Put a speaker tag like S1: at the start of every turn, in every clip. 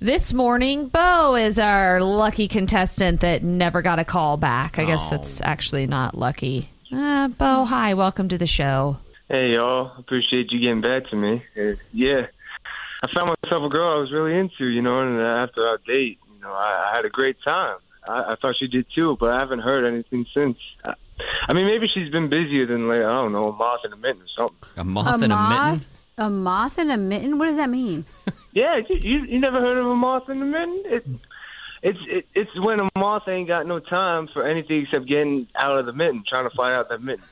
S1: This morning, Bo is our lucky contestant that never got a call back. I guess that's
S2: Oh.
S1: actually not lucky. Uh, Bo, hi, welcome to the show.
S2: Hey y'all, appreciate you getting back to me. Uh, yeah, I found myself a girl I was really into, you know, and uh, after our date, you know, I, I had a great time. I, I thought she did too, but I haven't heard anything since. I, I mean, maybe she's been busier than like I don't know, a moth in a mitten or something.
S3: A moth
S4: a
S3: and a
S4: moth,
S3: mitten.
S4: a moth and a mitten. What does that mean?
S2: Yeah, you, you, you never heard of a moth in a mitten? It, it's it, it's when a moth ain't got no time for anything except getting out of the mitten, trying to fly out that mitten.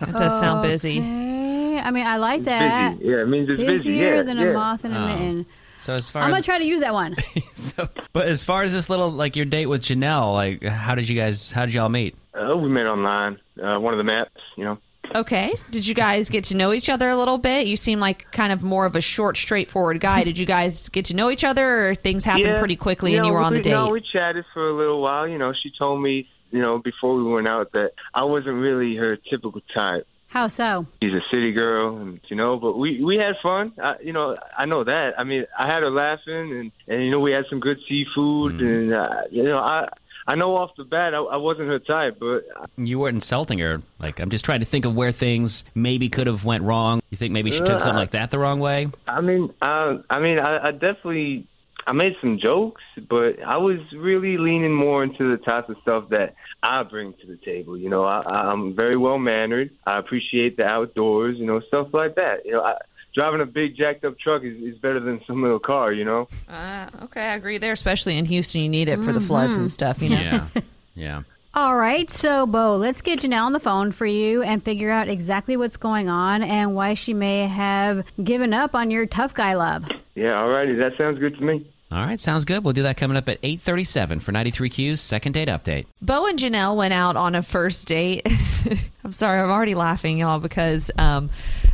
S1: That does
S2: Oh,
S1: sound busy.
S4: Okay. Eh, I mean, I like
S2: It's
S4: that.
S2: busy. Yeah, it means it's
S4: Busier
S2: busy. Yeah,
S4: than
S2: yeah.
S4: a moth
S3: Oh.
S4: and a mitten.
S3: So as far
S4: I'm gonna
S3: as,
S4: try to use that one.
S3: so, but as far as this little like your date with Janelle, like how did you guys how did y'all meet?
S2: Uh, we met online, uh, one of the maps, you know.
S1: Okay. Did you guys get to know each other a little bit? You seem like kind of more of a short, straightforward guy. Did you guys get to know each other or things happened pretty quickly and
S2: No,
S1: you were on
S2: we,
S1: the date?
S2: No, we chatted for a little while. You know, she told me, you know, before we went out that I wasn't really her typical type.
S4: How so?
S2: She's a city girl, and you know, but we we had fun. I, you know, I know that. I mean, I had her laughing, and and you know, we had some good seafood, and uh, you know, I I know off the bat I, I wasn't her type, but
S3: You weren't insulting her. Like I'm just trying to think of where things maybe could have went wrong. You think maybe she took something like that the wrong way?
S2: I mean, I I mean, I, I definitely I made some jokes, but I was really leaning more into the types of stuff that I bring to the table. You know, I, I'm very well mannered. I appreciate the outdoors. You know, stuff like that. You know, I, driving a big jacked up truck is, is better than some little car. You know.
S1: Uh, okay, I agree there, especially in Houston. You need it for the floods
S2: Mm-hmm.
S1: and stuff, you know?
S3: Yeah. yeah.
S4: All right, so Bo, let's get Janelle on the phone for you and figure out exactly what's going on and why she may have given up on your tough guy love.
S2: Yeah. Alrighty, that sounds good to me.
S3: All right, sounds good. We'll do that coming up at 8:37 for 93Q's second date update.
S1: Bo and Janelle went out on a first date. I'm sorry, I'm already laughing, y'all, because um,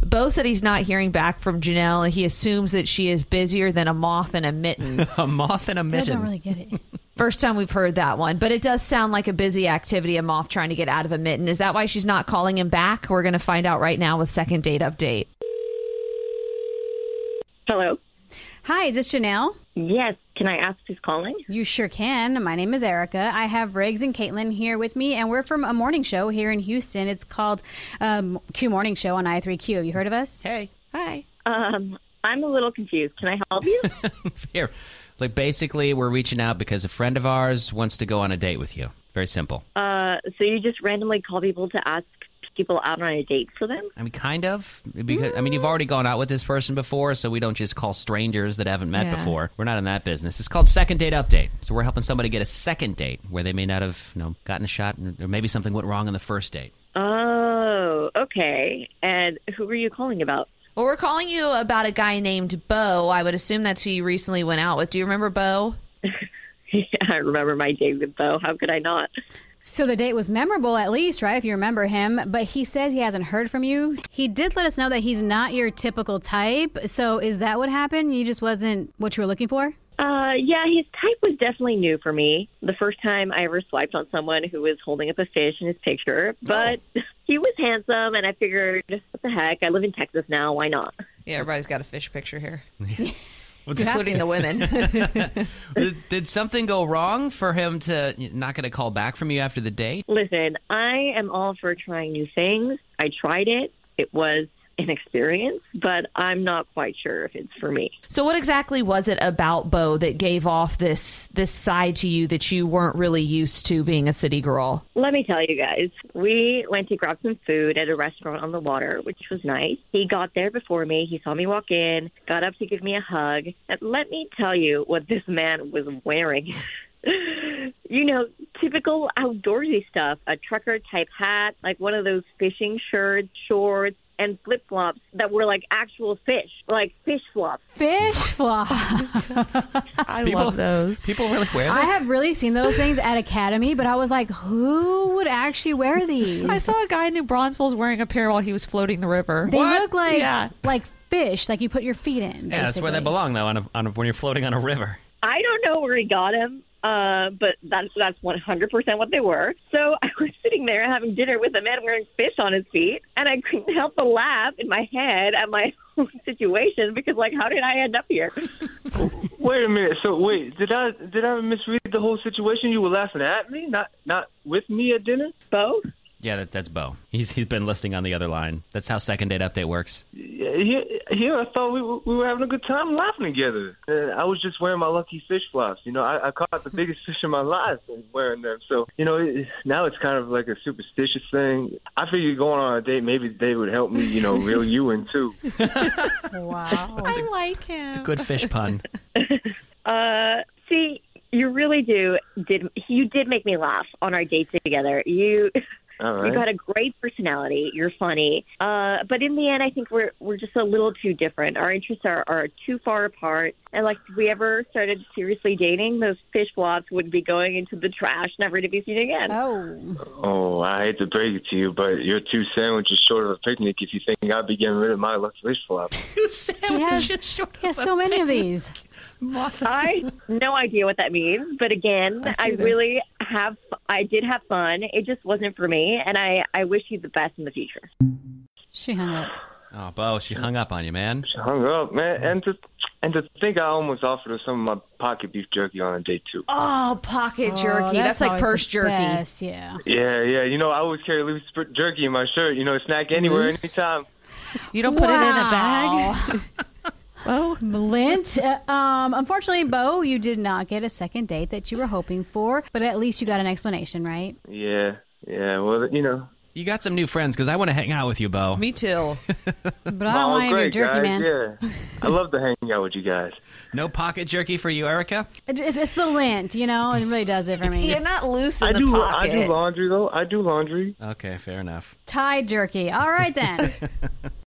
S1: Bo said he's not hearing back from Janelle. and He assumes that she is busier than a moth in a mitten.
S3: A moth and a
S4: I don't
S3: mitten.
S4: really get it.
S1: First time we've heard that one, but it does sound like a busy activity, a moth trying to get out of a mitten. Is that why she's not calling him back? We're going to find out right now with second date update.
S5: Hello.
S4: Hi, is this Janelle?
S5: Yes. Can I ask who's calling?
S4: You sure can. My name is Erica. I have Riggs and Caitlin here with me, and we're from a morning show here in Houston. It's called um, Q Morning Show on I3Q. Have you heard of us?
S3: Hey.
S1: Hi.
S5: Um, I'm a little confused. Can I help you?
S3: Here. Like basically we're reaching out because a friend of ours wants to go on a date with you. Very simple.
S5: uh, so you just randomly call people to ask people out on a date for them?
S3: I mean, kind of. Because I mean, you've already gone out with this person before, so we don't just call strangers that haven't met
S1: Yeah.
S3: before. We're not in that business. It's called second date update. So we're helping somebody get a second date where they may not have, you know, gotten a shot, and- or maybe something went wrong on the first date.
S5: Oh, okay. And who are you calling about?
S1: Well, we're calling you about a guy named Bo. I would assume that's who you recently went out with. Do you remember Bo?
S5: I remember my date with Bo. How could I not?
S4: So the date was memorable, at least, right? If you remember him. But he says he hasn't heard from you. He did let us know that he's not your typical type. So is that what happened? You just wasn't what you were looking for?
S5: Uh, yeah, his type was definitely new for me. The first time I ever swiped on someone who was holding up a fish in his picture, but he was handsome, and I figured, what the heck? I live in Texas now. Why not?
S1: Yeah, everybody's got a fish picture here,
S3: Did,
S1: including the women.
S3: did something go wrong for him to not get a call back from you after the date?
S5: Listen, I am all for trying new things. I tried it. It was an experience, but I'm not quite sure if it's for me.
S1: So what exactly was it about Bo that gave off this this side to you that you weren't really used to being a city girl?
S5: Let me tell you guys, we went to grab some food at a restaurant on the water, which was nice. He got there before me. He saw me walk in, got up to give me a hug. And let me tell you what this man was wearing. you know, typical outdoorsy stuff a trucker type hat, like one of those fishing shirts, shorts, and flip flops that were like actual fish, like fish flops.
S4: Fish flop.
S1: I love those.
S3: People really wear
S4: I
S3: them.
S4: have really seen those things at Academy, but I was like, who would actually wear these?
S1: I saw a guy in New Bronzeville wearing a pair while he was floating the river.
S4: They look like
S1: Yeah.
S4: like fish, like you put your feet in.
S3: Yeah, that's where they
S4: basically.
S3: belong, though. On, a, on a, when you're floating on a river.
S5: I don't know where he got them, uh, but that's that's 100% what they were. So I was sitting there having dinner with a man wearing fish on his feet, and I couldn't help but laugh in my head at my own situation because, like, how did I end up here?
S2: Wait a minute. So wait, did I did I misread the whole situation? You were laughing at me, not not with me at dinner.
S5: Both?
S3: Yeah, that, that's Bo. He's he's been listening on the other line. That's how second date update works.
S2: Yeah, Here, here I thought we were, we were having a good time laughing together. Uh, I was just wearing my lucky fish flops. You know, I, I caught the biggest fish of my life and wearing them. So you know, it, now it's kind of like a superstitious thing. I figured going on a date, maybe they would help me. You know, reel you in too.
S4: Wow.
S1: I like him.
S4: Oh,
S3: It's a good fish pun.
S5: Uh, see, you really do. Did you did make me laugh on our date together? You.
S2: All right.
S5: You got a great personality. You're funny, uh, but in the end, I think we're we're just a little too different. Our interests are, are too far apart. And like, if we ever started seriously dating, those fish flops would be going into the trash, never to be seen again.
S4: Oh.
S2: Oh, I hate to break it to you, but you're two sandwiches short of a picnic if you think I'd be getting rid of my lucky fish flop.
S4: He has, he has so many of these.
S5: I no idea what that means, but again,
S1: Us
S5: I
S1: either.
S5: really have. I did have fun. It just wasn't for me, and I I wish you the best in the future.
S4: She hung up.
S3: Oh, Bo, she hung up on you, man.
S2: She hung up, man. And to and to think I almost offered her some of my pocket beef jerky on a date too.
S1: Oh, pocket
S4: Oh,
S1: jerky. That's, like
S4: always
S1: purse
S4: the
S1: jerky.
S4: best, yeah.
S2: Yeah, yeah. You know, I always carry loose sp- jerky in my shirt. You know, snack anywhere,
S1: Loose?
S2: anytime.
S1: You don't put it in a bag.
S4: Oh, Lint. Uh, um, unfortunately, Bo, you did not get a second date that you were hoping for, but at least you got an explanation, right?
S2: Yeah, yeah. Well, you know.
S3: You got some new friends because I want to hang out with you, Bo.
S1: Me too.
S4: But I don't
S2: oh,
S4: want any of your
S2: great,
S4: jerky,
S2: guys.
S4: man.
S2: Yeah, I love to hang out with you guys.
S3: No pocket jerky for you, Erica.
S4: It- It's, it's the lint, you know. It really does it for me.
S1: You're not loose in
S2: I
S1: the
S2: do.
S1: pocket.
S2: I do laundry though. I do laundry.
S3: Okay, fair enough.
S4: Thai jerky. All right then.